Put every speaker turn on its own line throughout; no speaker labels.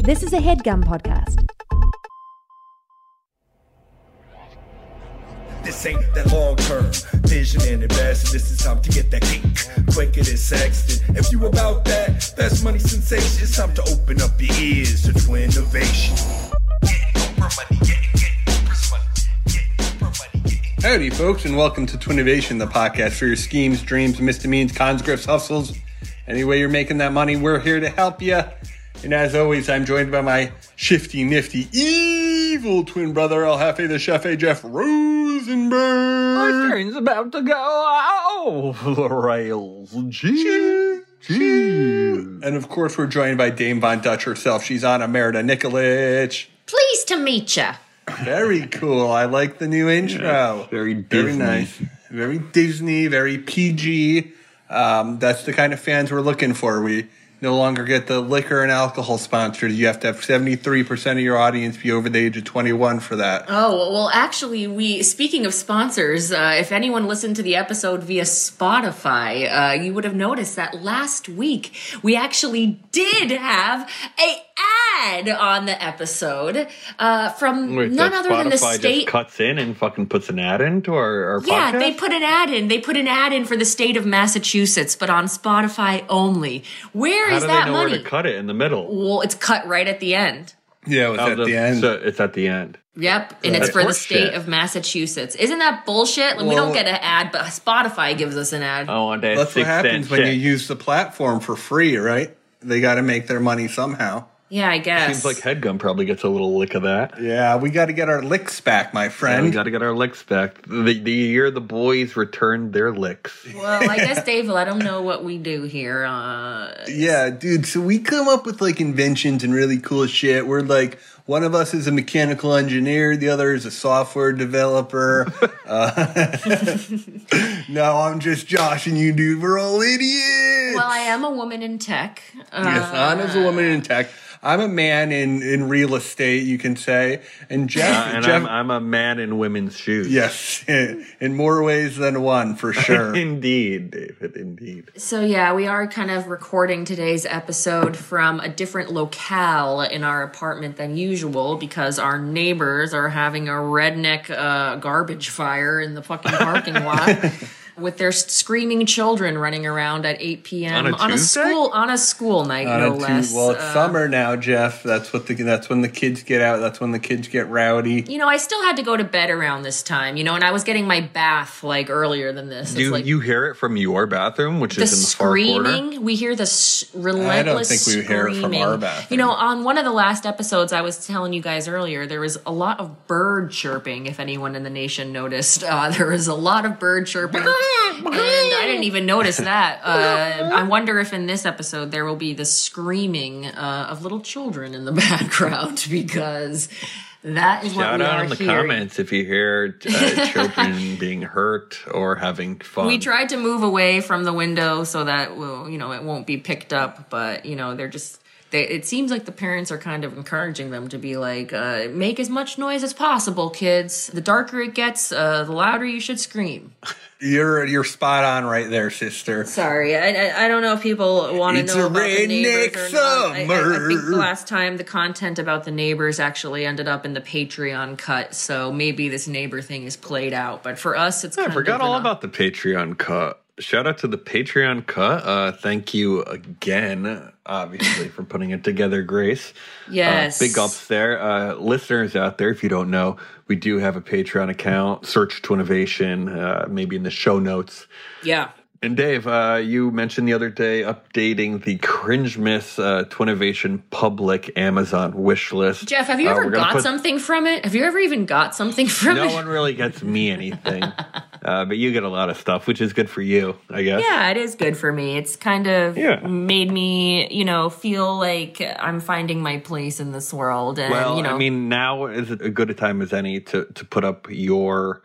This is a headgum podcast.
This ain't that long term vision and investing. This is time to get that cake quicker than Sexton. If you about that, that's money sensation. It's time to open up your ears to twin innovation. Getting Oprah money, getting, getting Oprah's money, getting Oprah money, getting.
Howdy, folks, and welcome to Twinnovation, the podcast for your schemes, dreams, misdemeans, cons, grifts, hustles. Any way you're making that money, we're here to help you. And as always, I'm joined by my shifty, nifty, evil twin brother, El Jefe the Chef, eh, Jeff Rosenberg.
train's about to go off the rails. Gee, gee.
And of course, we're joined by Dame Von Dutch herself. She's on Emerita Nikolic.
Pleased to meet you.
Very cool. I like the new intro.
very
Very
Disney.
nice. Very Disney, very PG. Um, that's the kind of fans we're looking for. We no longer get the liquor and alcohol sponsors. You have to have 73% of your audience be over the age of 21 for that.
Oh, well, actually, we, speaking of sponsors, uh, if anyone listened to the episode via Spotify, uh, you would have noticed that last week we actually did have a ad on the episode uh, from
Wait,
none
so
other than the
Spotify
state.
just cuts in and fucking puts an ad into our, our
Yeah,
podcast?
they put an ad in. They put an ad in for the state of Massachusetts, but on Spotify only. Where is
How do
that
they know where
money?
to cut it in the middle?
well, it's cut right at the end.
Yeah, it was
Of
at the, end.
So it's at the end.
Yep, and
That's
it's for the
horseshit.
state of Massachusetts. Isn't that bullshit? Like, we
Well-
don't get an ad, but Spotify gives us an ad.
I want that
That's what
six
happens
cent
when you
shit.
use the platform for free, right? They got to make their money somehow.
Yeah, I guess.
Seems like Headgum probably gets a little lick of that.
Yeah, we got to get our licks back, my
And we
friend.
got to get our licks back. The, the year the boys returned their licks. Uh,
well, I guess Dave will let them know what we do here. Uh,
Yeah, dude. So we come up with like inventions and really cool shit. We're like, one of us is a mechanical engineer, the other is a software developer. uh, no, I'm just Josh and you, dude. We're all idiots.
well, I am a woman in tech. Uh,
Yes, Anna's a woman in tech. I'm a man in, in real estate, you can say. And Jeff,
Uh, and
Jeff
I'm, I'm a man in women's shoes.
yes, in more ways than one, for sure.
Indeed, David, indeed.
So yeah, we are kind of recording today's episode from a different locale in our apartment than usual because our neighbors are having a redneck uh, garbage fire in the fucking parking lot with their screaming children running around at 8 p.m.
On a Tuesday?
school on a school night,
On
no
a Tu-
less.
Well, it's
Uh,
summer now, Jeff. That's what the that's when the kids get out. That's when the kids get rowdy.
you know, I still had to go to bed around this time, you know, and I was getting my bath like earlier than this. It's
Do
like
you hear it from your bathroom, which
the
is in the far corner?
screaming we hear the s- relentless
think we hear it from
screaming.
our bathroom.
you know on one of the last episodes i was telling you guys earlier there was a lot of bird chirping if anyone in the nation noticed uh, there was a lot of bird chirping and i didn't even notice that uh, i wonder if in this episode there will be the screaming uh, of little children in the background because that is what
Shout
we
out
are
in the
hearing.
comments if you hear uh, children being hurt or having fun.
We tried to move away from the window so that well, you know it won't be picked up, but you know they're just. They, it seems like the parents are kind of encouraging them to be like, uh, make as much noise as possible, kids. The darker it gets, uh, the louder you should scream.
You're you're spot on right there, sister.
Sorry, I, I, I don't know if people want to
It's a
know about the
redneck
neighbors or not. I, I, I think
summer.
the last time the content about the neighbors actually ended up in the Patreon cut, so maybe this neighbor thing is played out. But for us, it's kind
I forgot
of
all
an-
about the Patreon cut. Shout out to the Patreon cut. Uh, thank you again, obviously, for putting it together, Grace. Uh,
yes,
big ups there. Uh, listeners out there, if you don't know, we do have a Patreon account. Search to Innovation, uh, maybe in the show notes.
Yeah.
And Dave, uh, you mentioned the other day updating the Cringe Miss uh, Twinnovation public Amazon wish list.
Jeff, have you
Uh,
ever
we're gonna
got
put-
something from it? Have you ever even got something from
No
it?
one really gets me anything, uh, but you get a lot of stuff, which is good for you, I guess.
yeah, it is good for me. It's kind of
Yeah.
made me, you know, feel like I'm finding my place in this world. And,
Well,
you know,
I mean, now is a good a time as any to to put up your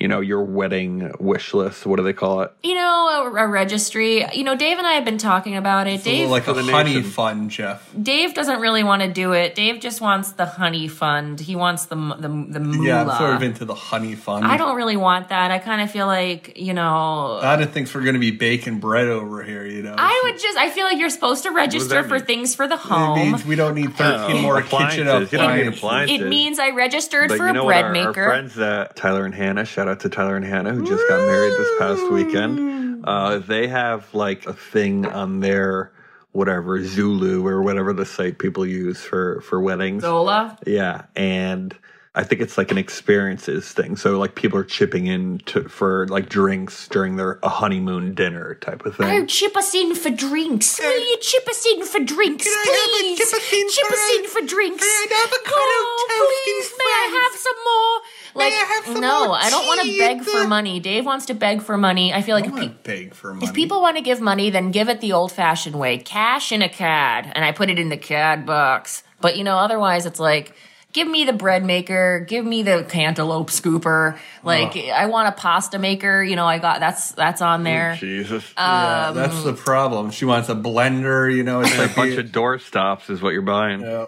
you know, your wedding wish list. What do they call it?
You know, a, a registry. You know, Dave and I have been talking about it. Dave,
like
for
a
the
honey
nation.
fun, Jeff.
Dave doesn't really want to do it. Dave just wants the honey fund. He wants the m- the the moolah.
Yeah, I'm sort of into the honey fun.
I don't really want that. I kind of feel like you
Uh,
know.
I don't think we're going to be baking bread over here, you know.
I would just. I feel like you're supposed to register
that
for
mean?
things for the
It
home.
means we don't need 13 more
Oh. Appliances.
kitchen appliances.
You don't need appliances.
It means I registered
But
for
you
a
know
bread
what? Our,
maker.
our friends, uh, Tyler and Hannah, shout out to Tyler and Hannah, who just got married this past weekend. Uh, they have like a thing on their whatever Zulu or whatever the site people use for for weddings.
Zola.
Yeah, and I think it's like an experiences thing. So like people are chipping in to, for like drinks during their a honeymoon dinner type of
Oh,
thing.
chip us in for drinks. Will you chip us in for drinks,
Can I have a
please?
chip us in
chip
for
us
a-
in for drinks.
May I have a cut
oh,
of toast in
please, may
France?
I have some more? Like,
I have some
no,
more
I don't want to
cheese?
beg for money. Dave wants to beg for money. I feel like
I
if,
want to
pe-
beg for money.
if people want to give money, then give it the old-fashioned way: cash in a cad, and I put it in the cad box. But you know, otherwise, it's like. Give me the bread maker. Give me the cantaloupe scooper. Like I want a pasta maker. You know, I got that's that's on there. Uh,
Jesus,
Yeah, that's the problem. She wants a blender, you know. It's
a
like
bunch of door stops is what you're buying.
Yeah.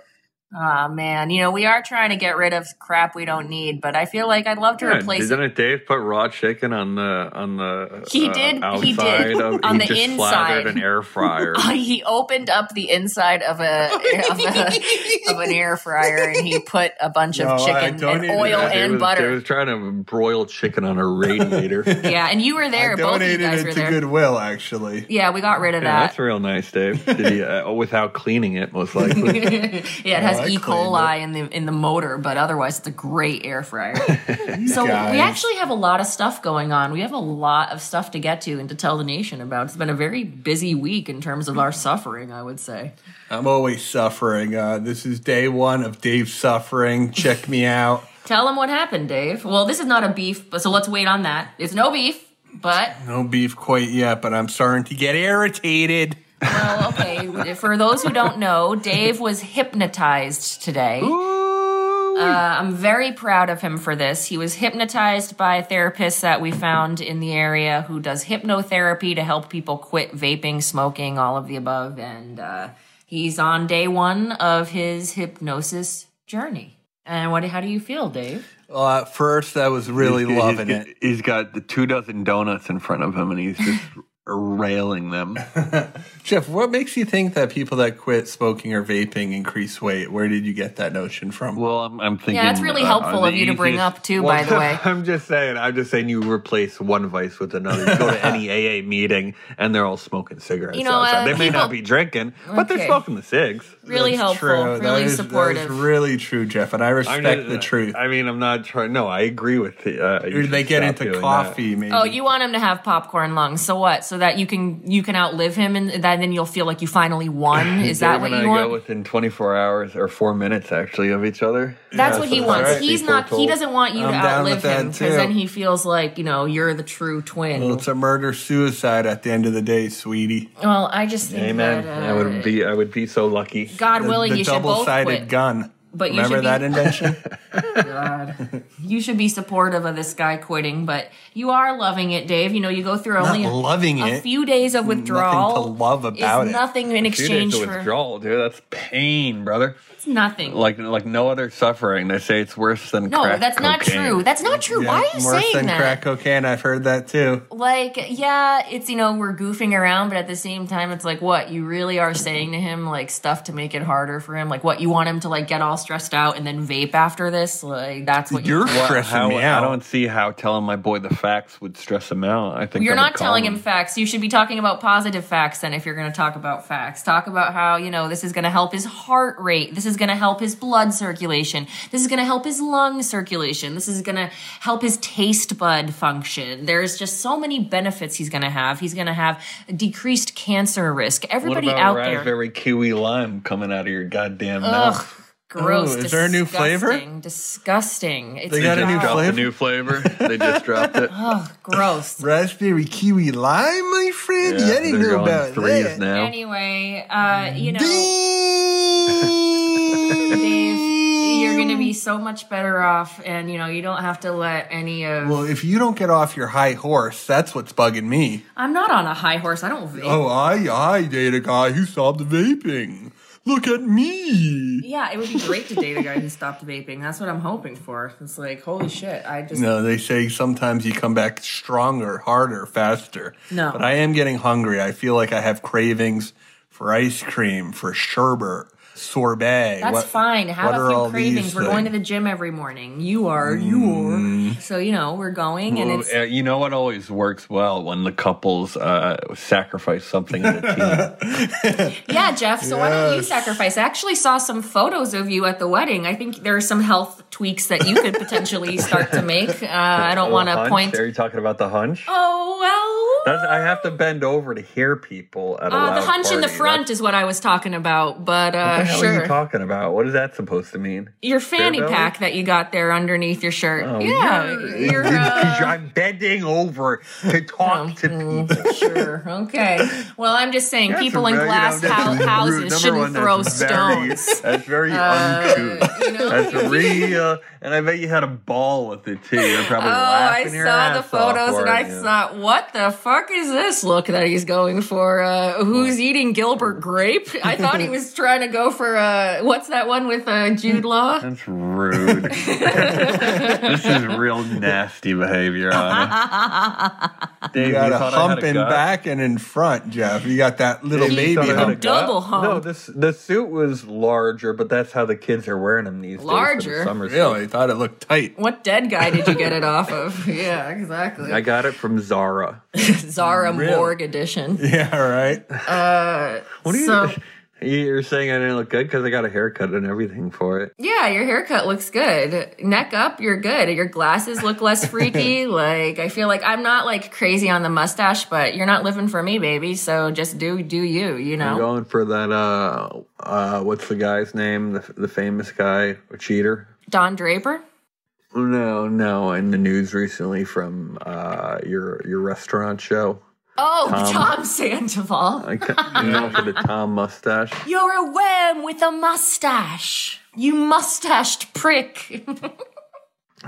Oh man, you know we are trying to get rid of crap we don't need, but I feel like I'd love to
Yeah,
replace
didn't
it.
it Dave put raw chicken on the on the
He
uh,
did- he did.
outside of,
On
he
the
just slathered
inside.
an air fryer.
He opened up the inside of a, of a of an air fryer and he put a bunch
No, I
of chicken
don't
and
need
oil
that.
Dave
and
was, Dave
butter.
was trying to broil chicken on a radiator. yeah,
Yeah, and you were there.
I
Both of you
donated
guys
it
were
to
there.
Goodwill, actually.
Yeah, we got rid of
that's
that.
real nice, Dave. Did he, uh, without cleaning it, most likely.
Yeah, it has
I
E.
cleaned
coli in the in the motor, but otherwise it's a great air fryer. so
guys.
we actually have a lot of stuff going on. We have a lot of stuff to get to and to tell the nation about. It's been a very busy week in terms of our suffering, I would say.
I'm always suffering. Uh, this is day one of Dave's suffering. Check me out.
Tell them what happened, Dave. Well, this is not a beef, but so let's wait on that. It's no beef, but
No beef quite yet, but I'm starting to get irritated.
well, okay. For those who don't know, Dave was hypnotized today. Uh, I'm very proud of him for this. He was hypnotized by a therapist that we found in the area who does hypnotherapy to help people quit vaping, smoking, all of the above. And uh, he's on day one of his hypnosis journey. And what? How do you feel, Dave?
Well, at Uh, first, I was really
He's-
loving
he's-
it.
He's got the two dozen donuts in front of him, and he's just railing them.
Jeff, what makes you think that people that quit smoking or vaping increase weight? Where did you get that notion from?
Well, I'm, I'm thinking. uh,
Yeah, that's really helpful
the
of you to bring
easiest-
up too. by the way,
I'm just saying. I'm just saying. You replace one vice with another. You go to any AA meeting, and they're all smoking cigarettes.
You know,
outside.
uh,
they may not
people-
be drinking, but they're
Okay.
smoking the cigs.
really
That's
helpful,
true. That
really
is- that is
supportive.
really true, Jeff, and I
I'm
respect
just-
the truth.
I mean, I'm not trying. No, I agree with. The, uh, you
Or they
should
get
stop
into
doing
coffee, maybe.
Oh, you want him to have popcorn lungs? So what? So that you can you can outlive him, and that then you'll feel like you finally won.
that.
Is that
Dave
what
and
you
I go
want?
within 24 hours or four minutes actually of each other.
That's what
so
he
that's
wants.
right.
He's not. He
Foretold.
doesn't want you to
I'm down with
outlive him
that,
because then
too. Mm.
he feels like you know you're the true twin.
Well,
Well,
it's a murder suicide at the end of the day, sweetie.
I just think
Amen.
that
I
uh,
would be. I would be so lucky.
God willing,
the
you should both
double-sided
quit.
gun.
But you
remember
should be-
that invention?
You should be supportive of this guy quitting, but you are loving it, Dave. You know you go through only a-
loving
a few days of withdrawal.
love about
is
it.
Nothing in
Two days
exchange
of
for
withdrawal, dude. That's pain, brother.
it's nothing.
Like like no other suffering. They say it's worse than
No,
crack
that's not
cocaine.
true. That's not true. Why are you
Worse
saying
than
that?
crack cocaine. I've heard that too.
Like, yeah, it's you know we're goofing around, but at the same time, it's like what you really are saying to him, like stuff to make it harder for him. Like, what you want him to like get all stressed out and then vape after this? Like, that's what
You're
you're.
Well,
stressing
how-
me
I
out.
don't see how telling my boy the facts would stress him out. I think
You're
that would
not telling
calm
him facts. You should be talking about positive facts then if you're going to talk about facts. Talk about how, you know, this is going to help his heart rate. This is going to help his blood circulation. This is going to help his lung circulation. This is going to help his taste bud function. There's just so many benefits he's going to have. He's going to have decreased cancer risk.
What
Everybody
about
out there.
raspberry kiwi lime coming out of your goddamn
Ugh.
mouth?
Gross.
Ooh, is Oh, there a new flavor?
disgusting, Disgusting. It's
They got a new
gross.
Dropped
flavor?
a new flavor. They just dropped it.
Ugh, gross.
Raspberry kiwi lime, my friend. Yeah, I didn't
they're
know
going
about
threes
that.
now.
Anyway, uh, you know.
Dave,
Dave, you're going to be so much better off, and you know you don't have to let any of.
Well, if you don't get off your high horse, that's what's bugging me.
I'm not on a high horse. I don't vape.
Oh, I I date a guy who stopped vaping. Look at me.
Yeah, it would be great to date a guy who stopped vaping. That's what I'm hoping for. It's like, holy shit, I just
No, they say sometimes you come back stronger, harder, faster.
No.
But I am getting hungry. I feel like I have cravings for ice cream, for sherbet, sorbet.
That's
What-
fine. Have
what are
a
all
few cravings.
these
We're going to
things? Mm.
the gym every morning. You are, you are. So you know we're going, and
Well,
it's
uh, you know what always works well when the couples uh, sacrifice something in the team.
yeah, Jeff. So why don't you
Yes.
sacrifice? I actually saw some photos of you at the wedding. I think there are some health tweaks that you could potentially start to make. Uh, I don't want
Hunch?
to point.
Are you talking about the hunch?
Oh well.
That's, I have to bend over to hear people at a
Uh, the
loud
hunch in the
party.
front
That's-
is what I was talking about, but uh,
What the hell are you
sure.
talking about? What is that supposed to mean?
your fanny
belly?
pack that you got there underneath your shirt.
Oh,
yeah, your, uh,
I'm bending over to talk to people.
sure. Okay. Well, I'm just saying,
That's
people in
very- you know,
glass
that's
hou-
rude. Number
houses shouldn't
one,
throw
that's very-
stones. Uh,
That's very uncouth.
you know,
That's
you-
real. And I bet you had a ball with it too. You're
Oh,
probably
I
laughing your
saw the
ass off
photos and
for
I
it, yeah.
thought, what the fuck is this look that he's going for? Uh, who's eating Gilbert Grape? I thought he was trying to go for uh, what's that one with uh, Jude Law?
That's rude. this is real nasty behavior. Anna. Dave,
You got a
thought I had
hump in
gut?
back and in front, Jeff. You got that little
You
baby
thought I had
hump.
a gut?
Double hump.
No, this the suit was larger, but that's how the kids are wearing them these days. for
Larger?
the summer suit.
Really, thought it looked tight.
What dead guy did you get it off of? Yeah, exactly.
I got it from Zara.
Zara
Really?
Morg edition.
Yeah, right.
What are you?
So-
you're saying I didn't look good because I got a haircut and everything for it.
Yeah, your haircut looks good. Neck up, you're good. Your glasses look less freaky. like I feel like I'm not like crazy on the mustache, but you're not living for me, baby. So just do do you, you
I'm
know.
going for that. Uh, uh, what's the guy's name? The, the famous guy, a cheater.
Don Draper?
No, no, in the news recently from uh, your your restaurant show.
Oh, Tom Sandoval.
Um, I ca- you know for the Tom mustache.
You're a worm with a mustache. You mustached prick.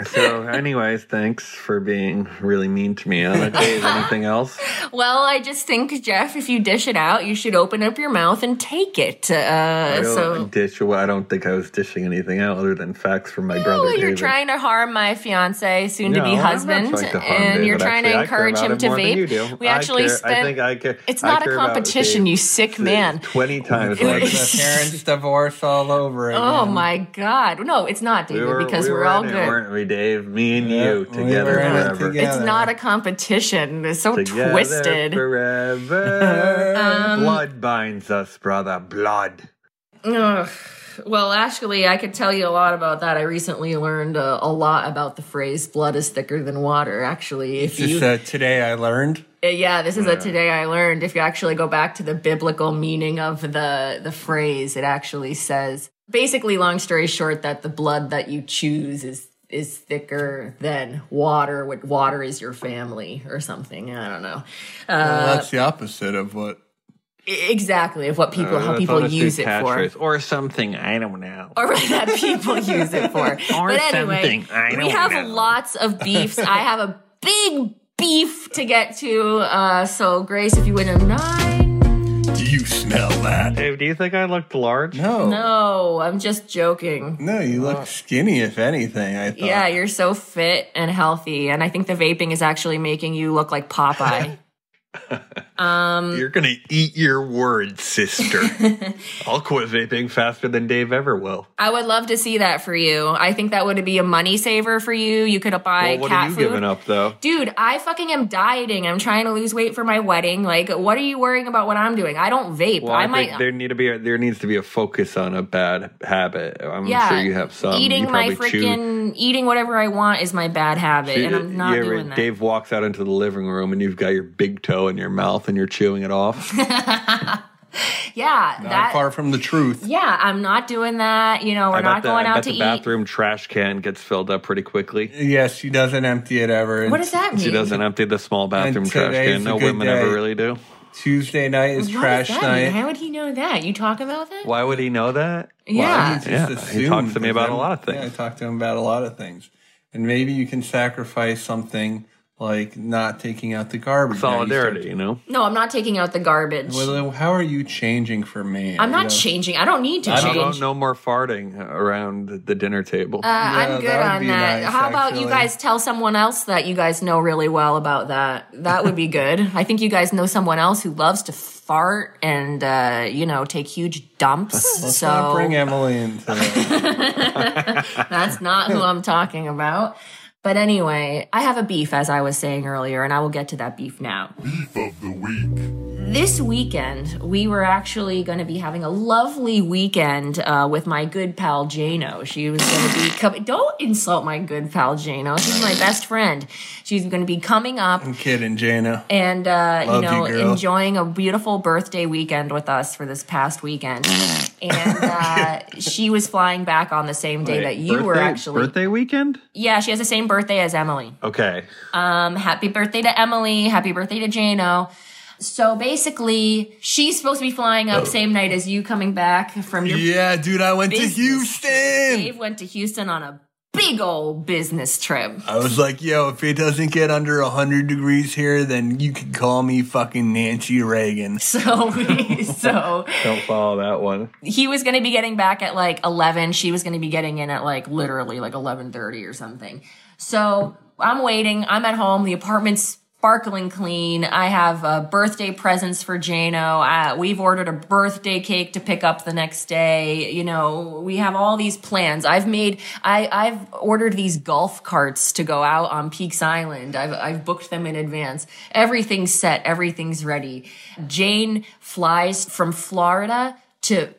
So, anyways, thanks for being really mean to me. Anna. Dave, anything else?
well, I just think, Jeff, if you dish it out, you should open up your mouth and take it.
I
Uh,
don't
so
dish. well, I don't think I was dishing anything out other than facts from my brother.
Oh, you're
David.
trying to harm my fiance, soon to
No,
be
I'm not
husband,
trying to harm
and
David,
you're trying
actually.
to
I care
encourage
about
him
it
to
more than you
vape.
do.
We
I
actually
care-
spent.
I think I care.
It's
I
not
care
a
about
competition,
Dave
you sick
si-
man.
Twenty times.
Like
like
the parents' divorce all over again.
Oh my God! No, it's not,
we
David,
were,
because
we
are
were
all
in
good.
It, weren't we, Dave? Me and
Yeah,
you
we
together
were in it
forever.
together.
it's not a competition. It's so
Together
twisted. Um,
forever. Blood binds us, brother. Blood.
Ugh. Well, actually, I could tell you a lot about that. I recently learned uh, a lot about the phrase "blood is thicker than water." Actually, if you
Just uh, today I learned.
Uh, Yeah, this is a today I learned. If you actually go back to the biblical meaning of the the phrase, it actually says basically long story short that the blood that you choose is is thicker than water. What water is your family or something. I don't know. Uh,
Well, that's the opposite of what.
e- exactly of what
uh,
people how people use it for.
or something. I don't know.
Or that people use it for.
Or
but anyway,
something. I
we
don't
have
know.
lots of beefs. I have a big beef to get to. Uh, so, Grace, if you would have nine.
Do you smell that?
Dave, do you think I looked large?
No.
No, I'm just
Uh.
joking.
No, you look skinny, if anything. I thought.
Yeah, you're so fit and healthy, and I think the vaping is actually making you look like Popeye.
You're gonna eat your words, sister. I'll quit vaping faster than Dave ever will.
I would love to see that for you. I think that would be a money saver for you. You could buy
Well, what
cat
are you
food.
giving up though?
Dude, I fucking am dieting. I'm trying to lose weight for my wedding. Like, what are you worrying about what I'm doing? I don't vape.
Well, I,
I, might
think there need to be a, there needs to be a focus on a bad habit. I'm
yeah,
sure you have some.
Eating
you
my
probably chew-
freaking eating whatever I want is my bad habit, and I'm not
yeah,
doing
right.
that.
Dave walks out into the living room and you've got your big toe in your mouth and you're chewing it off.
yeah,
Not
that.
far from the truth.
yeah, I'm not doing that. You know, we're
I bet
not
the,
going
I
out
bet
to
the
eat.
bathroom trash can gets filled up pretty quickly.
Yes, she doesn't empty it ever.
What does that mean?
She doesn't empty the small bathroom trash
today's
can.
a
No
good
women ever
day.
really do.
Tuesday night is trash
what does that
night.
Mean? How would he know that? You talk about that?
Why would he know that?
yeah.
Well, I
Yeah, he
just assumed
talks to me
that
about a
them-
lot of
Yeah, I
things.
talk to him about a lot of things, and maybe you can sacrifice something like not taking out the garbage. Now you
Solidarity, you know?
no, I'm not taking out the garbage.
start- Well, how are you changing for me?
I'm
You
not
know?
changing. I don't need to
How
change.
about no more farting around the- the dinner table?
Uh,
Yeah,
I'm good
that would
on
be
that.
nice,
How about you
actually.
guys tell someone else that you guys know really well about that? That would be good. I think you guys know someone else who loves to fart and uh, you know take huge dumps.
Let's
so
not bring Emily uh, into it.
that's not who I'm talking about. But anyway, I have a beef, as I was saying earlier, and I will get to that beef now.
of the week.
This weekend, we were actually going to be having a lovely weekend uh, with my good pal Jano. She was going to be coming. Don't insult my good pal Jano. She's my best friend. She's going to be coming up
I'm kidding, Jana.
and uh, you
Love you,
know
girl.
enjoying a beautiful birthday weekend with us for this past weekend. And uh, she was flying back on the same day that you were
Birthday-
actually.
Birthday weekend?
Yeah, she has the same birthday as Emily.
Okay.
Um, happy birthday to Emily. Happy birthday to Jano. So basically, she's supposed to be flying up same night as you coming back from your.
Yeah, dude, I went
Business.
to Houston.
Dave went to Houston on a big old business trip.
I was like, yo, if it doesn't get under 100 degrees here, then you can call me fucking Nancy Reagan.
So we, so
Don't follow that one.
he was going to be getting back at like 11 she was going to be getting in at like literally like 11.30 or something so i'm waiting i'm at home the apartment's sparkling clean i have uh, birthday presents for jano uh, we've ordered a birthday cake to pick up the next day you know we have all these plans i've made I, i've ordered these golf carts to go out on peaks island I've, I've booked them in advance everything's set everything's ready jane flies from florida to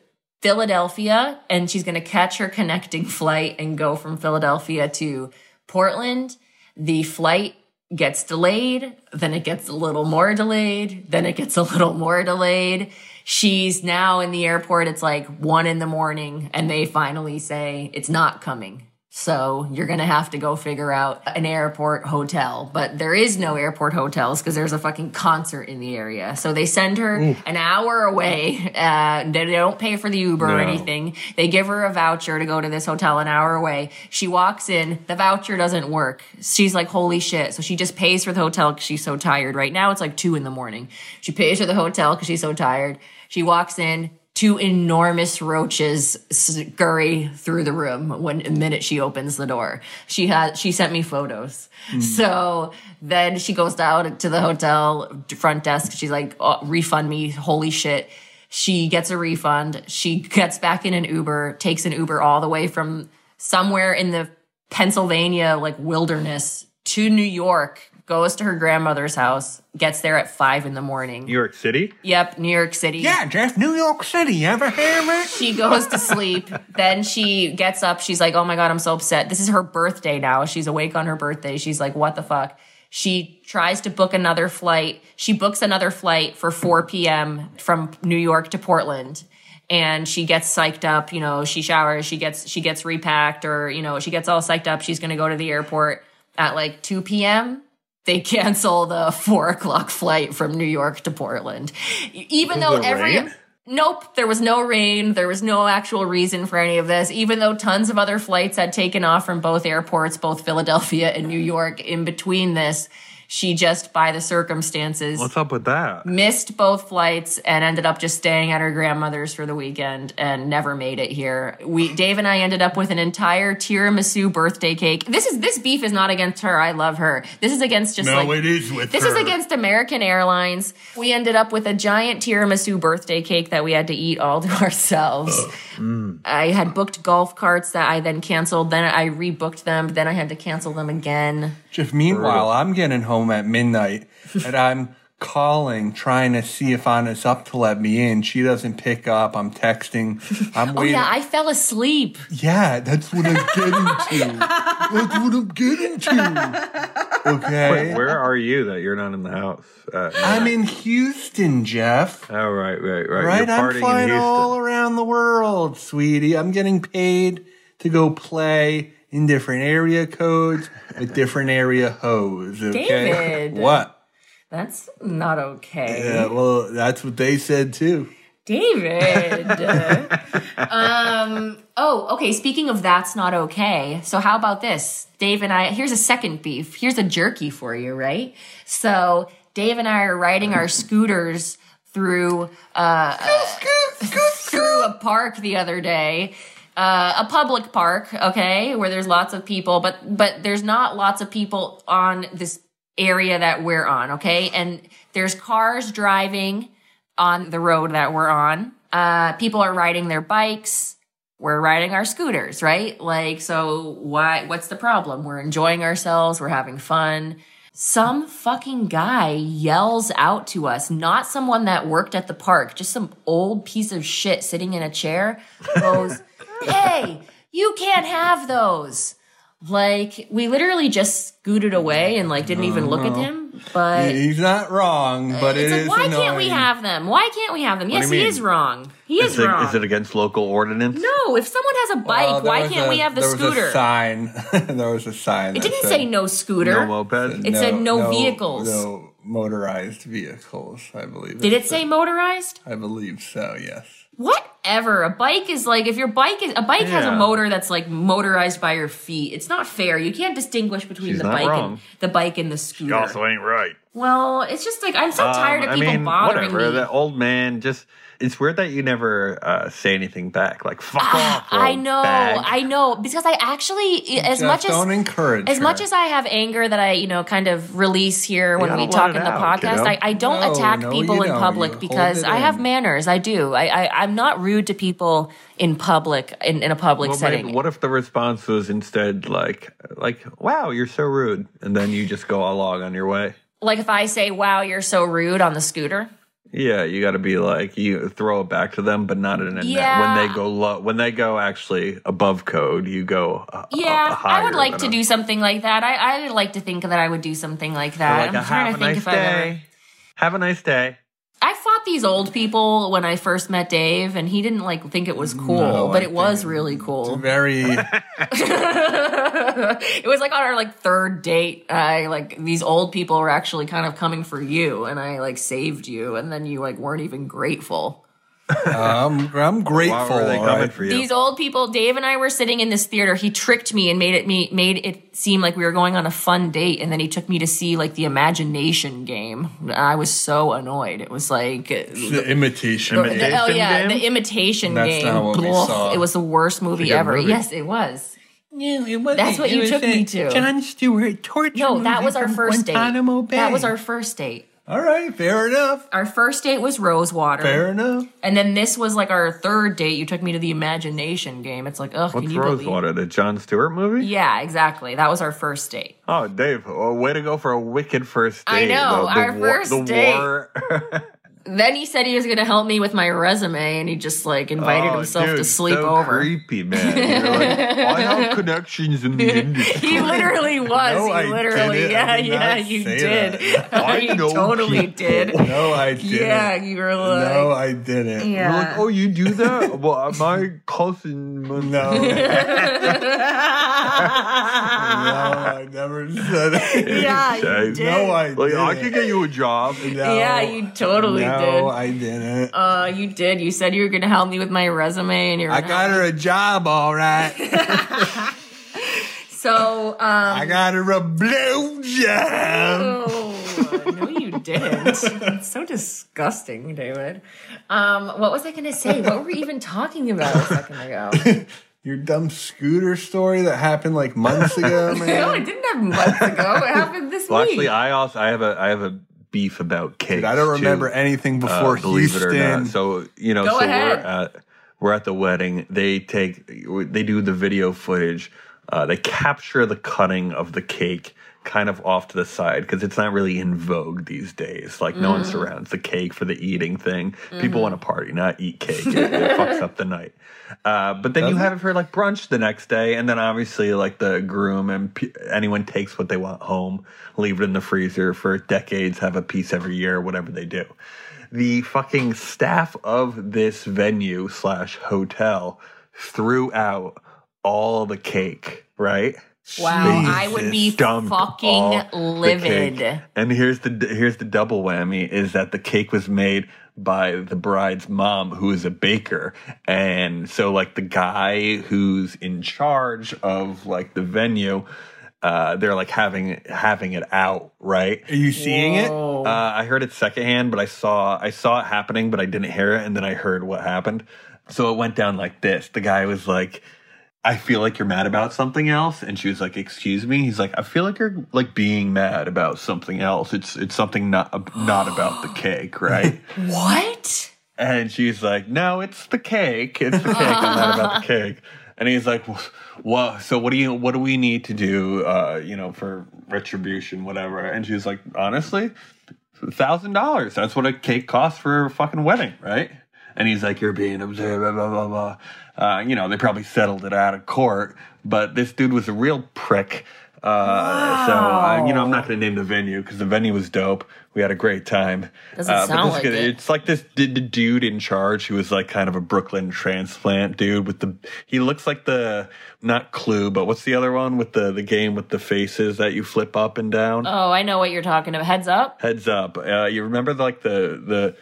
Philadelphia, and she's going to catch her connecting flight and go from Philadelphia to Portland. The flight gets delayed, then it gets a little more delayed, then it gets a little more delayed. She's now in the airport. It's like one in the morning, and they finally say it's not coming. So you're going to have to go figure out an airport hotel. But there is no airport hotels because there's a fucking concert in the area. So they send her an hour away. Uh, they don't pay for the Uber or
No.
anything. They give her a voucher to go to this hotel an hour away. She walks in. The voucher doesn't work. She's like, holy shit. So she just pays for the hotel because she's so tired. Right now it's like two in the morning. She pays for the hotel because she's so tired. She walks in two enormous roaches scurry through the room when the minute she opens the door. She has she sent me photos. So then she goes down to the hotel front desk. She's like, oh, "Refund me, holy shit." She gets a refund. She gets back in an Uber, takes an Uber all the way from somewhere in the Pennsylvania like wilderness to New York, goes to her grandmother's house, gets there at five in the morning.
New York City?
yep, New York City
Yeah, just New York City. You ever hear me?
she goes to sleep. then she gets up. She's like, oh my God, I'm so upset. This is her birthday now. She's awake on her birthday. She's like, what the fuck? She tries to book another flight. She books another flight for 4 p.m. from New York to Portland. And she gets psyched up, you know, she showers, she gets she gets repacked or, you know, she gets all psyched up. She's gonna go to the airport at like 2 p.m they cancel the four o'clock flight from New York to Portland. E-, Even though
there
every
rain?
nope, there was no rain, there was no actual reason for any of this. Even though tons of other flights had taken off from both airports, both Philadelphia and New York, in between this, she just by the circumstances
What's up with that?
missed both flights and ended up just staying at her grandmother's for the weekend and never made it here. We Dave and I ended up with an entire tiramisu birthday cake. This is this beef is not against her. I love her. This is against just
No,
like
it is with
this is
her.
against American Airlines. We ended up with a giant tiramisu birthday cake that we had to eat all to ourselves. I had booked golf carts that I then canceled. Then I rebooked them. Then I had to cancel them again.
Just meanwhile, I'm getting home at midnight and I'm calling, trying to see if Anna's up to let me in. She doesn't pick up. I'm texting. I'm waiting.
Oh, Yeah, I fell asleep.
Yeah, that's what I'm getting to. That's what I'm getting to. Okay.
Wait, where are you that you're not in the house? Uh,
I'm in Houston, Jeff.
oh, right, right, right.
Right?
You're
I'm
partying in
flying
Houston.
all around the world, sweetie. I'm getting paid to go play in different area codes with different area hoes. Okay.
David.
What?
That's not okay.
Yeah, well, that's what they said too.
David. um, oh, okay. Speaking of that's not okay. So how about this? Dave and I, here's a second beef. Here's a jerky for you, right? So Dave and I are riding our scooters through uh, through a park the other day. Uh, a public park, okay, where there's lots of people, but but there's not lots of people on this area that we're on, okay? And there's cars driving on the road that we're on. Uh, people are riding their bikes. We're riding our scooters, right? Like, so why? What's the problem? We're enjoying ourselves. We're having fun. Some fucking guy yells out to us, not someone that worked at the park, just some old piece of shit sitting in a chair goes, Hey, you can't have those. Like, we literally just scooted away and like didn't even look at him. But
He's not wrong, but it
it's
is
like, why
annoying.
can't we have them? Why can't we have them?
do
Yes,
you
he
mean?
is wrong. He is,
Is it,
wrong.
is it against local ordinance?
no, if someone has a bike,
Well, there
why
was
can't
a-
we have the
there Was
scooter?
a sign. there was a sign.
It
that
didn't
said,
say no scooter.
No moped?
It said no vehicles.
No motorized vehicles, I believe.
Did it say motorized?
I believe so, yes.
Whatever. A bike is like if your bike is a bike has a
Yeah.
motor that's like motorized by your feet. It's not fair. You can't distinguish between
She's
the
not
bike and
wrong.
the bike and the scooter.
ain't right.
well, it's just like I'm so tired
Um,
of people bothering
whatever.
me.
That old man just. It's weird that you never uh, say anything back. Like, fuck off.
Ah, I
old
know,
bag.
I know, because I actually, as
Just
much as
don't encourage
as
her.
much as I have anger that I, you know, kind of release here when
Yeah,
we
let
talk
it
in the
out,
podcast,
kiddo.
I, I don't
No,
attack
no,
people
you
in
don't.
public
You
because
hold it
I have
in.
manners. I do. I, I I'm not rude to people in public in, in a public
Well, maybe-
setting.
what if the response was instead like, like, wow, you're so rude, and then you just go along on your way?
like if I say, "Wow, you're so rude" on the scooter.
Uh, Yeah, you got to be like you throw it back to them, but not in a
Yeah.
when they go low. When they go actually above code, you go. Uh,
Yeah,
uh,
I
higher
would like
than
to
them.
do something like that. I I would like to think that I would do something like that.
Like,
I'm
a,
trying
have
to
a nice
think if I've ever.
day. Have a nice day.
I fought these old people when I first met Dave, and he didn't like think it was cool,
No,
but
I
it was
didn't.
really cool.
Very
it was like on our like third date. I like these old people were actually kind of coming for you, and I like saved you, and then you like weren't even grateful.
I'm I'm grateful.
Why were they
all
coming
right?
for you?
These old people, Dave and I were sitting in this theater. He tricked me and made it me made it seem like we were going on a fun date, and then he took me to see like the imagination game. I was so annoyed. It was like
It's the imitation.
The-
game.
oh yeah,
game?
the imitation
That's
game.
not what we
Blah.
saw.
It was the worst movie ever.
movie.
Yes, it was.
No, it wasn't.
That's what
It
you
was
took me
a
to.
John Stewart torture.
No, that
movie
was our
from
first date.
Guantanamo Bay.
That was our first date.
All right, fair enough.
Our first date was Rosewater,
Fair enough.
and then this was like our third date. You took me to the imagination game. It's like, ugh,
What's
can you
Rosewater? The John Stewart movie?
believe? Yeah, exactly. That was our first date.
Oh, Dave, oh, way to go for a wicked first date.
I know,
though.
our first
the
date.
War,
Then he said he was going to help me with my resume, and he just like invited
Oh,
himself to
dude,
sleep
so
over.
Creepy man. You're like, I have connections in the industry.
He literally was.
No, I
he literally,
didn't. I
yeah,
did
yeah,
not
you
say
did.
I
you
know
totally
people.
did.
No, I didn't.
Yeah, you were like,
no, I didn't.
You're
yeah.
like, oh, you do that? well, uh, my cousin.
No. no, I never said it.
yeah,
Dave.
you did.
No, I
Like,
didn't.
I could get you a job.
No,
Yeah, you totally
no,
did.
I didn't.
uh, you did. You said you were gonna help me with my resume, and you're.
I got her a job, all right.
So, um,
I got her a blue job.
oh, no, you didn't. It's so disgusting, David. Um, what was I gonna say? What were we even talking about a second ago?
Your dumb scooter story that happened like months ago,
no,
man.
it didn't happen months ago. It happened this
Well,
week.
actually, I also I have a I have a beef about cakes.
I don't remember
too,
anything
uh,
before
believe
Houston.
it or not. So you know,
Go
so
ahead.
we're at we're at the wedding. They take they do the video footage. Uh, they capture the cutting of the cake kind of off to the side because it's not really in vogue these days. Like no
Mm-hmm.
one surrounds the cake for the eating thing. People want to party, not eat cake. It, it fucks up the night. Uh, but then you have it for like brunch the next day, and then obviously like the groom and p- anyone takes what they want home, leave it in the freezer for decades, have a piece every year, whatever they do. The fucking staff of this venue slash hotel threw out all the cake, right?
Wow, I would be
Jesus, dumped
fucking
all the
livid.
cake. And here's the here's the double whammy is that the cake was made by the bride's mom who is a baker. And so like the guy who's in charge of like the venue uh, they're like having having it out, right?
Are you seeing it?
Uh, I heard it secondhand, but I saw I saw it happening, but I didn't hear it, and then I heard what happened. So it went down like this: the guy was like, "I feel like you're mad about something else," and she was like, "Excuse me." He's like, "I feel like you're like being mad about something else. It's it's something not not about the cake, right?"
What?
And she's like, "No, it's the cake. It's the cake. I'm not about the cake." And he's like, "Well, so what do you? What do we need to do? Uh, you know, for retribution, whatever." And she's like, "Honestly, thousand dollars. That's what a cake costs for a fucking wedding, right?" And he's like, "You're being absurd, blah blah blah blah." Uh, you know, they probably settled it out of court, but this dude was a real prick. Uh, So uh, you know, I'm not going to name the venue because the venue was dope. We had a great time.
Doesn't
Uh, but
sound
this is
like
gonna-
it.
It's like this d- d- dude in charge who was like kind of a Brooklyn transplant dude with the. He looks like the not Clue, but what's the other one with the the game with the faces that you flip up and down?
Oh, I know what you're talking about. Heads up.
Heads up. Uh, you remember like the the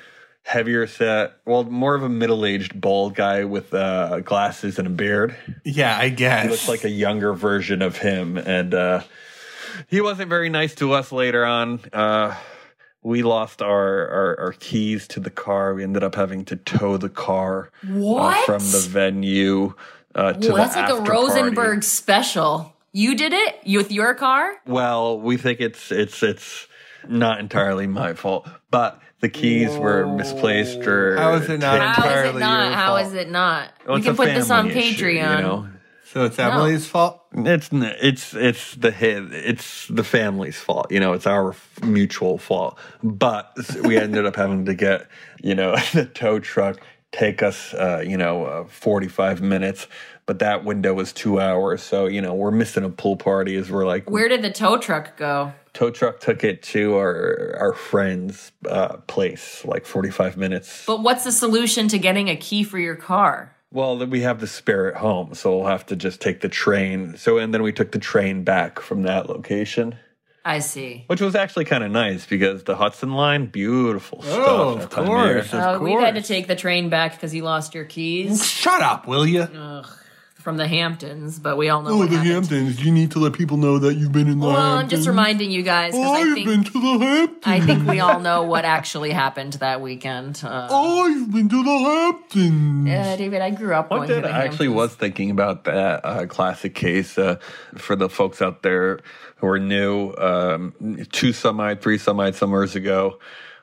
heavier set, well, more of a middle aged bald guy with uh, glasses and a beard.
Yeah, I guess.
He looked like a younger version of him, and uh, he wasn't very nice to us later on. Uh, we lost our, our our keys to the car. We ended up having to tow the car uh,
What?
from the venue uh, to
Well, that's
the
like a
after
Rosenberg
party.
special. You did it you, with your car.
Well, we think it's it's it's not entirely my fault, but the keys were misplaced or
How is it not
taken.
How is it
Entirely
not?
your
How
fault.
is it not?
Well,
we
it's
can
a
put this on
family
Patreon.
issue, you know?
so it's Emily's fault.
It's n- it's it's the hi- it's the family's fault, you know. It's our f- mutual fault. But we ended up having to get you know the tow truck take us uh, you know uh, forty five minutes, but that window was two hours. So you know we're missing a pool party. As we're like
Where did the tow truck go?
tow truck took it to our our friend's uh, place, like forty five minutes.
But what's the solution to getting a key for your car?
Well, then we have the spare at home, so we'll have to just take the train. So and then we took the train back from that location.
I see.
which was actually kind of nice because the Hudson line, beautiful
Oh,
stuff.
of
that time of year.
course.
Uh,
Of
we've had to
course.
take the train back because you lost your keys
Shut up, will you?
from the Hamptons, but we all know.
Oh,
what
the
happened.
Hamptons. You need to let people know that you've been in the
Well, I'm
Hamptons.
just reminding you guys because I
I've
think
been to the Hamptons.
I think we all know what actually happened that weekend. Uh,
I've been to the Hamptons.
uh, David, I grew up
One
going to
thing
the
I actually
Hamptons.
was thinking about that uh, classic case uh, for the folks out there who are new. Um, two summite, three summite summers ago,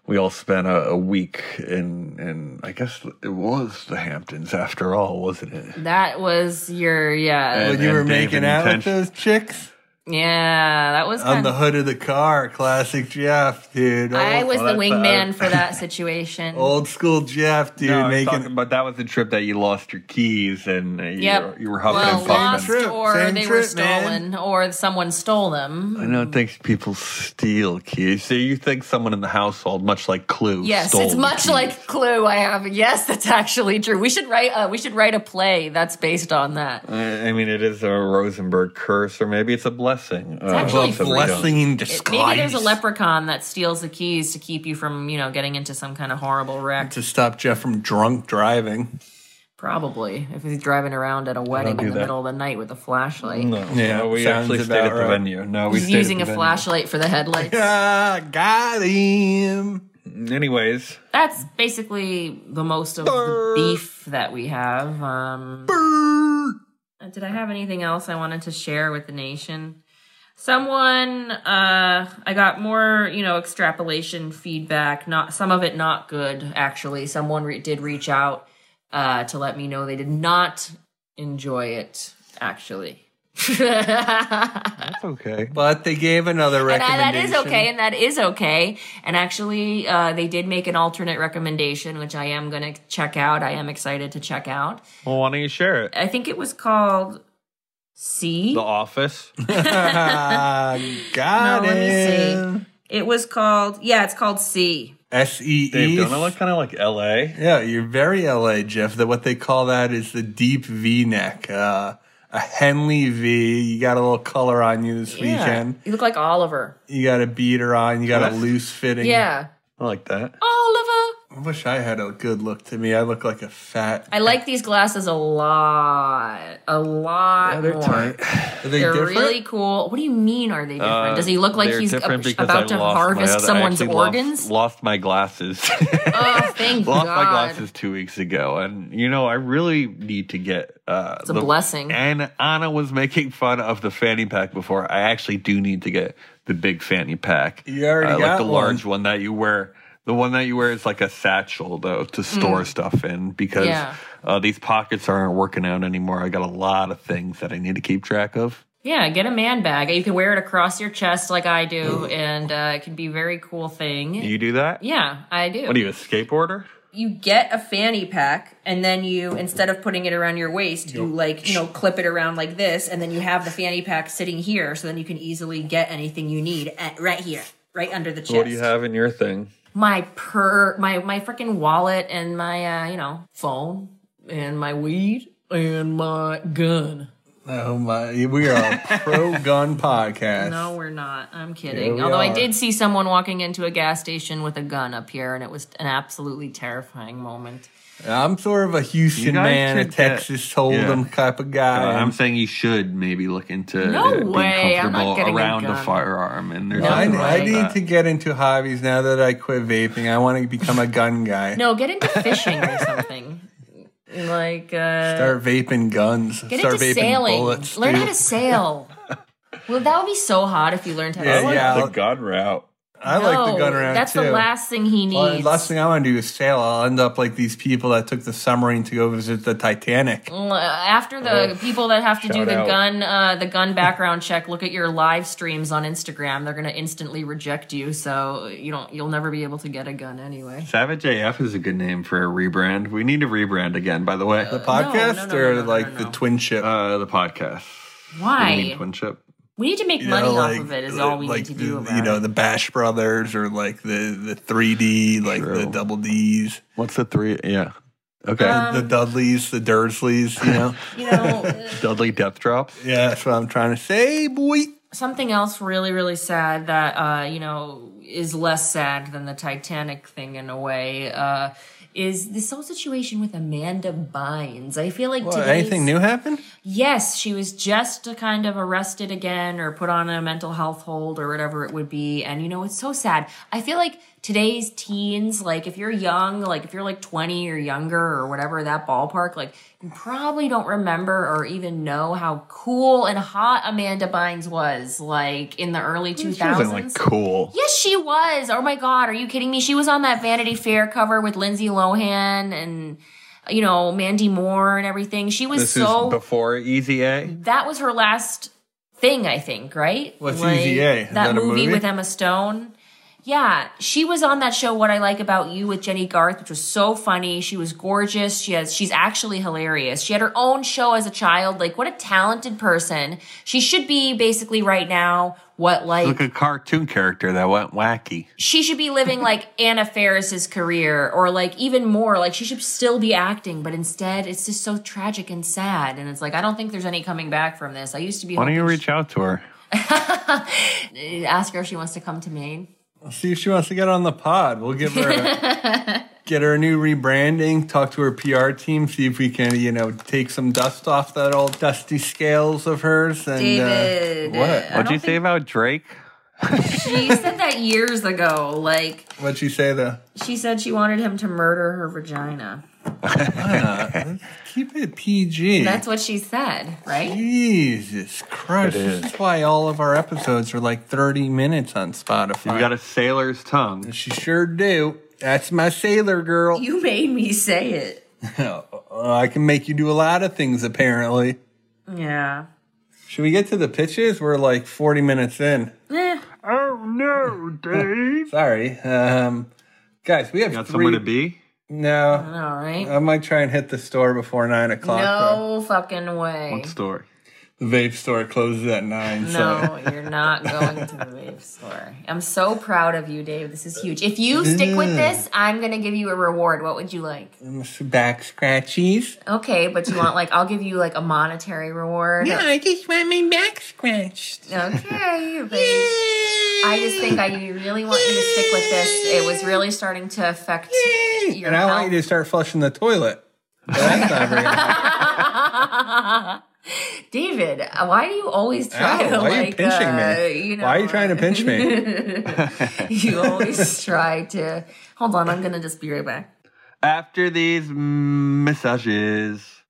we all spent a, a week in, in, I guess it was the Hamptons after all, wasn't it?
That was your yeah
And-
When you were
and Dave
making
and
out with
Tench-
those chicks
yeah. That was
on
kind
the
of.
hood of the car, classic Jeff, dude.
I
Old-
was
that's
the
a-
wingman for that situation.
Oh,
old school Jeff, dude,
No, I was
making
talking about that was the trip that you lost your keys and uh, you,
Yep.
were, you were huffing
well,
and
lost
puffing.
Same trip,
or
same
they were
trip, man.
stolen, or someone stole them.
I don't think people steal keys. So you think someone in the household, much like Clue,
Yes,
stole
it's
the
much
keys.
like Clue. I have yes, that's actually true. We should write. Uh, we should write a play that's based on that.
I I mean, it is a Rosenberg curse, or maybe it's a blessing. Uh, It's
actually
a blessing in disguise.
Maybe there's a leprechaun that steals the keys to keep you from, you know, getting into some kind of horrible wreck.
to stop Jeff from drunk driving.
Probably, if he's driving around at a wedding
do
in the
that.
middle of the night with a flashlight.
No,
Yeah,
no, we
sounds
actually stayed
about
at the
right.
venue. No, we
He's
stayed at
using
the
a
venue.
flashlight for the headlights.
Ah, got him.
Anyways,
That's basically the most of the beef that we have. Um, did I have anything else I wanted to share with the nation? Someone, uh, I got more, you know, extrapolation feedback. Not some of it not good. Actually, someone re- did reach out uh, to let me know they did not enjoy it. Actually,
that's okay.
But they gave another
And that-
recommendation.
that is okay, and that is okay. And actually, uh, they did make an alternate recommendation, which I am going to check out. I am excited to check out.
Well, why don't you share it?
I think it was called C.
The Office.
Ah, got
No, let me see.
him.
It was called, yeah, it's called C.
S E
Dave, don't I
E.
look kind of like L.A.?
Yeah, you're very LA, Jeff. That what they call that is the deep V neck. Uh, a Henley V. You got a little color on you this
Yeah.
weekend.
You look like Oliver.
You got a beater on. You got a
Yes.
loose fitting.
Yeah.
I like that.
Oliver.
I wish I had a good look to me. I look like a fat.
I like these glasses a lot. A lot
Yeah, they're
more.
tight.
Are they
They're
different?
really cool. What do you mean are they different?
Uh,
Does he look like
they're
he's ab-
different because I
about to
lost my
harvest
other- I
someone's
actually lost-
organs?
Lost my glasses.
Oh, thank
lost my
God.
glasses two weeks ago, and you know I really need to get. Uh,
It's a blessing.
And Anna was making fun of the fanny pack before. I actually do need to get the big fanny pack. Uh,
You already
like
got
the
one.
large one that you wear. The one that you wear is like a satchel though to store stuff in because
Mm. Yeah.
uh, these pockets aren't working out anymore. I got a lot of things that I need to keep track of.
Yeah, get a man bag. You can wear it across your chest like I do, and uh, it can be a very cool thing.
You do that?
yeah, I do.
What are you, a skateboarder?
you get a fanny pack and then you instead of putting it around your waist you like you know clip it around like this and then you have the fanny pack sitting here so then you can easily get anything you need at, right here right under the chest
What do you have in your thing?
my per my my freaking wallet and my uh you know phone and my weed and my gun
Oh my! We are a pro gun podcast.
no we're not i'm kidding
we
although i
are.
did see someone walking into a gas station with a gun up here and it was an absolutely terrifying moment
I'm sort of a Houston
guys
man, a
should get-
Texas Hold'em
Yeah.
type of guy.
Uh, I'm saying you should maybe look into
Um, No
being
way, I'm not
comfortable
getting a
around a,
gun.
firearm. And there's
No
I,
nothing wrong
I
Right.
with
need
that.
to get into hobbies now that I quit vaping. I want to become a gun guy.
no get into fishing or something like uh
Start vaping guns.
Get
Start
into
vaping
sailing.
bullets.
Learn
dude.
how to sail. well, that would be so hot if you learned how to
Yeah,
sail.
yeah.
the gun route.
I like the
No,
gun around
That's
too.
the last thing he needs.
Well, last thing I want to do is sail. I'll end up like these people that took the submarine to go visit the Titanic.
Mm, uh, After
Oh,
the people that have to do
shout
the
out.
gun, uh, the gun background check, look at your live streams on Instagram. They're gonna instantly reject you, so you don't. You'll never be able to get a gun anyway.
Savage AF is a good name for a rebrand. We need to rebrand again, by the way.
The podcast
no, no,
or
no, no,
like
no,
the
no.
twin ship?
Uh, the podcast. We need
Why?
twinship.
We need to make
You
money
know,
off of it. Is
like- uh,
all we
like
need to do.
the-
About
you know
it.
the Bash Brothers or like the the three D, like the
True.
double D's,
What's the three? Yeah. Okay.
Um,
the Dudleys, the Dursleys. You know,
You know, uh,
Dudley Death Drops.
yeah, that's what I'm trying to say, boy.
something else really really sad that uh you know is less sad than the titanic thing in a way uh is this whole situation with Amanda Bynes? I feel like
What,
today's-
anything new happen?
Yes, she was just kind of arrested again or put on a mental health hold or whatever it would be. And you know, it's so sad. I feel like today's teens, like if you're young, like if you're like 20 or younger or whatever, that ballpark, like you probably don't remember or even know how cool and hot Amanda Bynes was like in the early 2000s.
She wasn't like cool.
Yes, she was. Oh my God, are you kidding me? She was on that Vanity Fair cover with Lindsay Lohan and you know Mandy Moore and everything. She was
This
so
is before Easy A.
that was her last thing, I think, right?
What's Easy A? Is
That,
that a
movie,
movie?
with Emma Stone. Yeah, she was on that show What I Like About You with Jenny Garth, which was so funny. She was gorgeous. She has she's actually hilarious. She had her own show as a child. Like what a talented person. She should be basically right now what like
Like a cartoon character that went wacky.
she should be living like Anna Ferris's career or like even more like she should still be acting but instead it's just so tragic and sad and it's like I don't think there's any coming back from this. I used to be
Why don't you
hoping
reach out to her?
she- ask her if she wants to come to Maine.
See if she wants to get on the pod. We'll give her a, get her a new rebranding. Talk to her PR team. See if we can, you know, take some dust off that old dusty scales of hers. And
David,
uh, what?
I
What'd
don't
you say about Drake?
She said that years ago like
What'd you say though?
she said she wanted him to murder her vagina.
Keep it PG.
That's what she said, right?
Jesus Christ.
It is.
This is why all of our episodes are like 30 minutes on Spotify.
You got a sailor's tongue.
she sure do. That's my sailor girl.
You made me say it.
Uh, I can make you do a lot of things, apparently.
Yeah.
Should we get to the pitches? We're like 40 minutes in.
Eh,
Oh no, Dave!
Sorry. Um, guys, we have
Got
three.
somewhere to be?
No.
all right.
Oh, I might try and hit the store before 9 o'clock.
No fucking way.
What store?
though. The vape store closes at nine. So
No, you're not going to the vape store. I'm so proud of you, Dave. This is huge. If you stick with this, I'm gonna give you a reward. What would you like?
back scratchies.
Okay, but you want like I'll give you like a monetary reward.
Yeah, I just want my back scratched.
Okay, babe. I just think I really want you to stick with this. It was really starting to affect your
And I
health.
want you to start flushing the toilet. But that's not very nice.
David, why do you always try
Ow,
to
why are you
like
pinching
uh,
me?
You know,
Why are you trying to pinch me?
you always try to hold on. I'm gonna just be right back.
After these massages,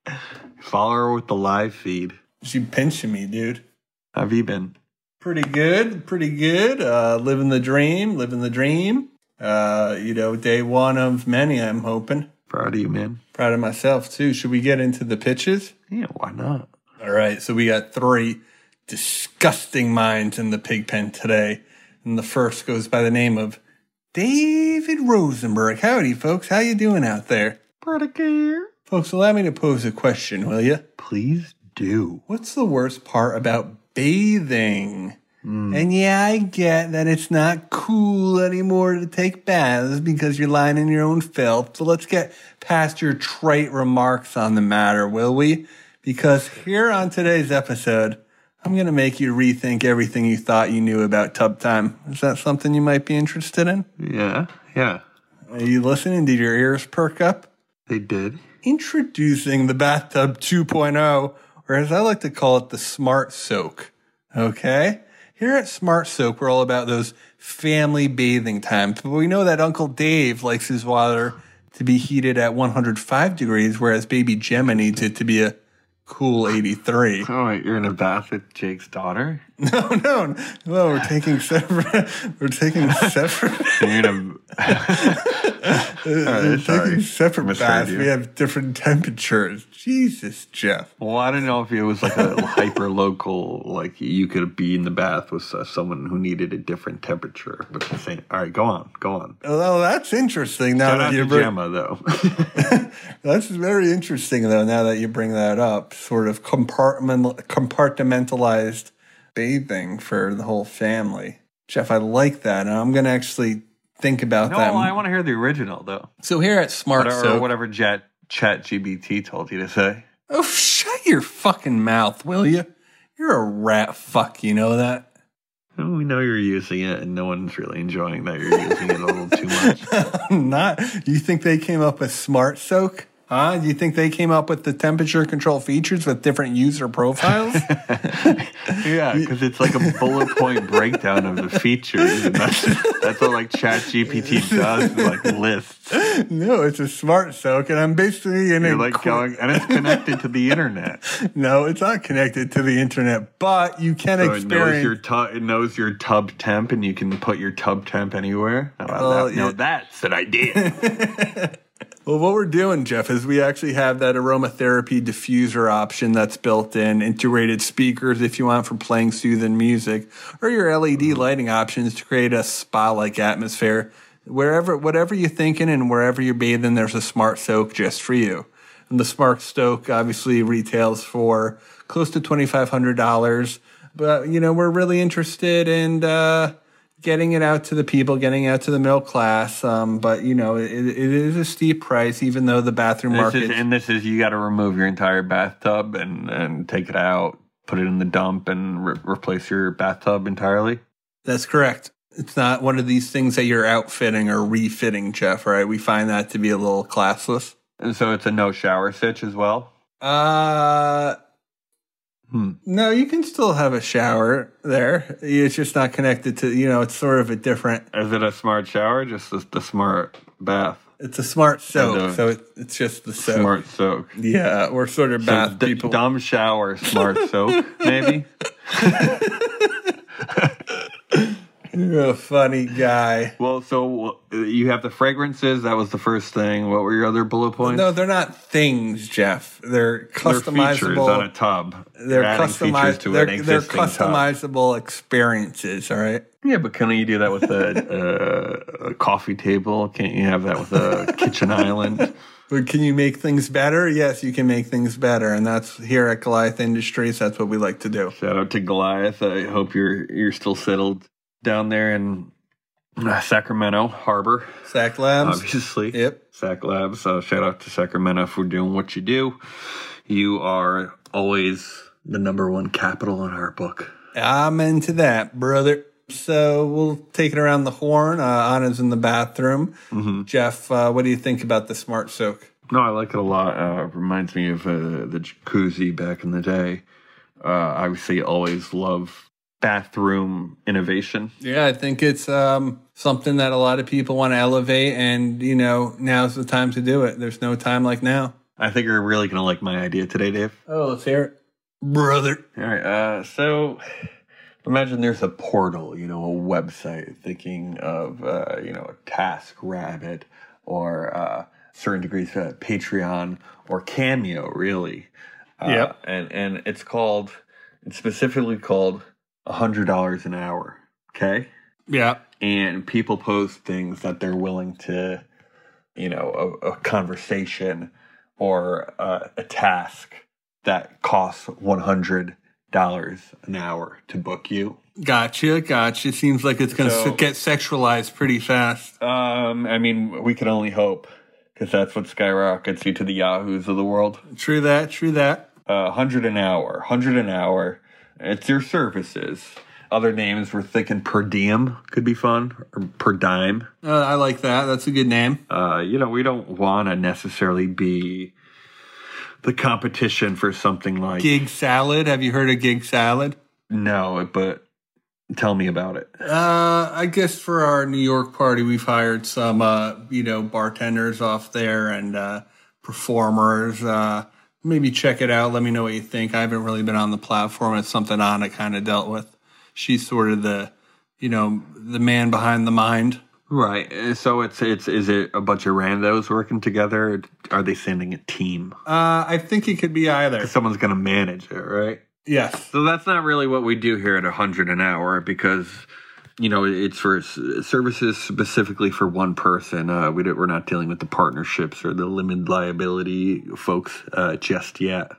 follow her with the live feed.
she pinching me, dude.
Have you been?
Pretty good, pretty good. Uh, living the dream, living the dream. Uh, you know, day one of many. I'm hoping.
Proud of you, man.
Proud of myself too. Should we get into the pitches?
Yeah, why not?
All right, so we got three disgusting minds in the pig pen today. And the first goes by the name of David Rosenberg. Howdy, folks. How you doing out there?
Proud of you.
Folks, allow me to pose a question, will you?
Please do.
What's the worst part about bathing? And yeah, I get that it's not cool anymore to take baths because you're lying in your own filth. So let's get past your trite remarks on the matter, will we? Because here on today's episode, I'm going to make you rethink everything you thought you knew about tub time. Is that something you might be interested in?
Yeah, yeah.
Are you listening? Did your ears perk up?
They did.
introducing the bathtub 2.0, or as I like to call it, the smart soak. Okay? Here at Smart Soak, we're all about those family bathing times. But we know that Uncle Dave likes his water to be heated at 105 degrees, whereas baby Gemma needs it to be a cool 83.
Oh, wait, you're in a bath with Jake's daughter?
No, no, no, we're taking separate, we're taking separate.
You're in a.
We're
Alright,
taking
sorry.
separate
Misheard
baths.
you.
We have different temperatures. Jesus, Jeff.
Well, I don't know if it was like a hyper local, like you could be in the bath with uh, someone who needed a different temperature. But the same. All right, go on, go on.
Well, that's interesting. Now
Shout
that
out
you
to
bring-
Gemma, though.
That's very interesting, though. Now that you bring that up, sort of compartment compartmentalized bathing for the whole family. Jeff, I like that, and I'm going to actually think about
no,
that.
I want to hear the original, though.
so here at Smart
Or,
Soak,
whatever Chat Chat GBT told you to say.
oh, shut your fucking mouth, will you? You're a rat fuck. You know that.
Oh, We know you're using it, and no one's really enjoying that you're using it a little too much.
Not. You think they came up with Smart Soak? Huh? You think they came up with the temperature control features with different user profiles?
Yeah, because it's like a bullet point breakdown of the features, and that's, that's what like Chat GPT does, like lists.
no, it's a Smart Soak, and I'm basically in
You're
a
like
qu-
going, and it's connected to the internet.
No, it's not connected to the internet, but you can
So it knows your
experience.
tub, it knows your tub temp, and you can put your tub temp anywhere. How about
Well,
that? Now
yeah.
that's an idea.
well, what we're doing, Jeff, is we actually have that aromatherapy diffuser option that's built in, integrated speakers if you want for playing soothing music, or your LED lighting options to create a spa-like atmosphere. Wherever, whatever you're thinking and wherever you're bathing, there's a smart soak just for you. And the Smart Stoke obviously retails for close to twenty five hundred dollars. But you know, we're really interested in uh, getting it out to the people, getting it out to the middle class. Um, but you know, it, it is a steep price, even though the bathroom
this
market.
is, and this is you got to remove your entire bathtub and and take it out, put it in the dump, and re- replace your bathtub entirely.
That's correct. It's not one of these things that you're outfitting or refitting, Jeff. Right? We find that to be a little classless.
And so it's a no shower sitch as well.
Uh,
Hmm.
no, you can still have a shower there. It's just not connected to. You know, it's sort of a different.
Is it a smart shower? or Just the, the smart bath,
It's a smart soap,
Kind of.
so it, it's just the soap.
smart soak.
Yeah, we're sort of
So
bath
d-
people.
dumb shower, smart soak, maybe.
You're a funny guy.
Well, so uh, you have the fragrances. That was the first thing. What were your other bullet points?
No, they're not things, Jeff. They're
They're features on a
customizable.
tub.
They're,
adding features
customized.
to
They're,
an
they're
existing tub.
customizable experiences. All right.
Yeah, but can you do that with a, uh, a coffee table? Can't you have that with a kitchen island?
But can you make things better? Yes, you can make things better, and that's here at Goliath Industries. That's what we like to do.
Shout out to Goliath. I hope you're you're still settled down there in uh, Sacramento Harbor.
Sack Labs.
obviously.
Yep.
Sac Labs. Uh, shout out to Sacramento for doing what you do. You are always the number one capital in our book.
I'm into that, brother. So we'll take it around the horn. Uh, Anna's in the bathroom. Jeff, uh, what do you think about the smart soak?
No, I like it a lot. Uh, it reminds me of uh, the jacuzzi back in the day. Uh, obviously, always love bathroom innovation.
Yeah, I think it's um, something that a lot of people want to elevate, and you know, now's the time to do it. There's no time like now.
I think you're really going to like my idea today, Dave.
Oh, let's hear it, brother.
All right. Uh, so imagine there's a portal, you know, a website. Thinking of uh, you know a Task Rabbit or uh, certain degrees uh, Patreon or Cameo, really. Uh,
Yep.
And and it's called it's specifically called a hundred dollars an hour. Okay.
Yeah.
And people post things that they're willing to, you know, a, a conversation or a, a task that costs one hundred dollars an hour to book you.
Gotcha, gotcha. Seems like it's going to
So-
get sexualized pretty fast.
Um, I mean, we can only hope because that's what skyrockets you to the yahoos of the world.
True that, true that.
Uh, hundred an hour, hundred an hour. It's your services. Other names we're thinking per diem could be fun or per dime.
Uh, I like that. That's a good name.
Uh, you know, we don't want to necessarily be the competition for something like
Gig salad. Have you heard of gig salad?
no, but tell me about it.
Uh, I guess for our New York party, we've hired some, uh, you know, bartenders off there and uh, performers. Uh, maybe check it out. Let me know what you think. I haven't really been on the platform. It's something Anna kind of dealt with. She's sort of the, you know, the man behind the mind.
Right. uh, So it's it's is it a bunch of randos working together? Or are they sending a team?
Uh, I think it could be either.
Someone's gonna manage it, right?
Yes.
So that's not really what we do here at 100 an hour because you know it's for s- services specifically for one person. Uh, we don't, we're not dealing with the partnerships or the limited liability folks uh, just yet.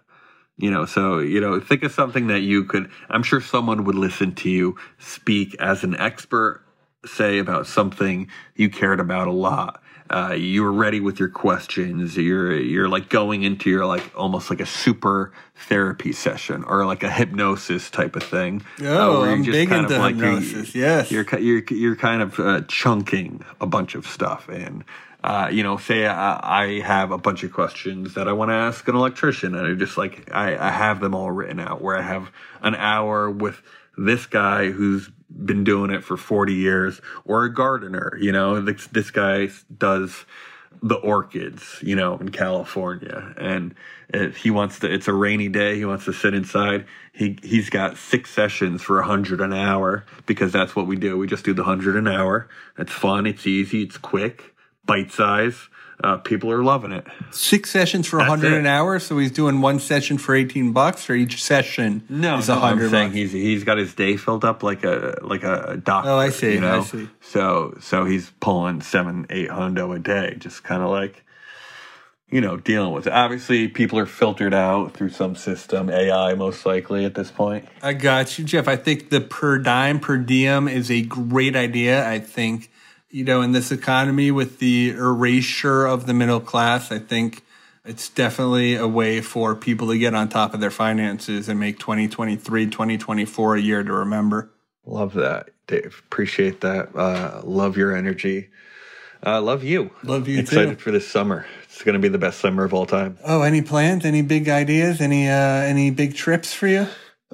You know, so you know, think of something that you could. I'm sure someone would listen to you speak as an expert, say about something you cared about a lot. Uh, you were ready with your questions. You're you're like going into your like almost like a super therapy session or like a hypnosis type of thing. uh,
Oh,
where you're
I'm
just
big
kind of,
into
like, you-
hypnosis. Yes.
you're ki- you're you're kind of uh, chunking a bunch of stuff and uh, you know say I, I have a bunch of questions that i want to ask an electrician and i just like I, I have them all written out where i have an hour with this guy who's been doing it for 40 years or a gardener you know this, this guy does the orchids, you know, in California, and if he wants to. It's a rainy day. He wants to sit inside. He he's got six sessions for a hundred an hour because that's what we do. We just do the hundred an hour. It's fun. It's easy. It's quick. Bite size. Uh, people are loving it.
Six sessions for a 100
it.
an hour. So he's doing one session for 18 bucks, or each session is a
no, I'm
100
saying
bucks.
he's he's got his day filled up like a like a doctor.
Oh, I see,
You know?
I see.
So so he's pulling seven eight hundo a day, just kind of like you know dealing with it. Obviously, people are filtered out through some system, AI most likely at this point.
I got you, Jeff. I think the per dime per diem is a great idea. I think, you know, in this economy with the erasure of the middle class, I think it's definitely a way for people to get on top of their finances and make 2023, 2024 a year to remember.
Love that, Dave. Appreciate that. Uh, love your energy. Uh, love you.
Love you
Excited
too.
for this summer. It's going to be the best summer of all time.
Oh, any plans? Any big ideas? Any uh, any big trips for you?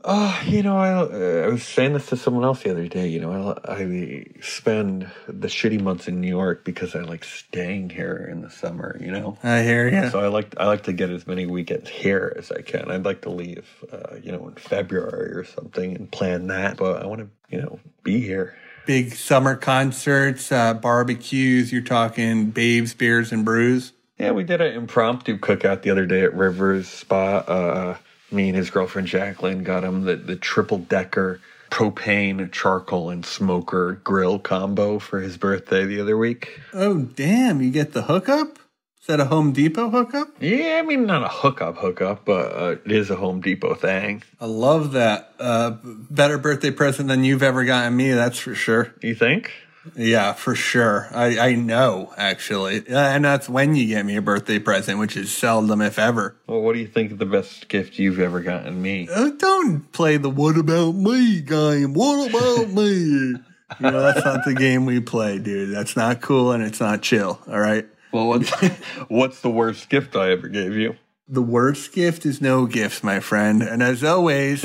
Oh, you know, I, uh, I was saying this to someone else the other day. You know, I, I spend the shitty months in New York because I like staying here in the summer. You know,
I hear you.
so I like I like to get as many weekends here as I can. I'd like to leave, uh, you know, in February or something and plan that. But I want to, you know, be here.
Big summer concerts, uh, barbecues. You're talking babes, beers, and brews.
Yeah, we did an impromptu cookout the other day at Rivers Spa. Uh, me and his girlfriend Jacqueline got him the, the triple decker propane, charcoal, and smoker grill combo for his birthday the other week.
Oh, damn. You get the hookup? Is that a Home Depot hookup?
Yeah, I mean, not a hookup hookup, but uh, it is a Home Depot thing.
I love that. Uh, better birthday present than you've ever gotten me, that's for sure.
You think?
Yeah, for sure. I, I know, actually. Uh, And that's when you get me a birthday present, which is seldom, if ever.
Well, what do you think the best gift you've ever gotten me?
Uh, don't play the what about me game. What about me? You know, that's not the game we play, dude. That's not cool and it's not chill. All right.
Well, what's, what's the worst gift I ever gave you?
The worst gift is no gift, my friend. And as always,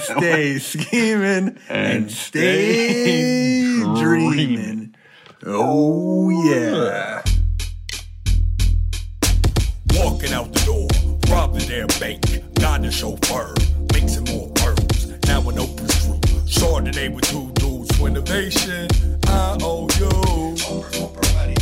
stay scheming and, stay
stay
dreaming. Oh, yeah.
Walking out the door, robbing their bank, got the chauffeur, mixing more pearls. Now an open screw. Sure today with two dudes for innovation. I owe you.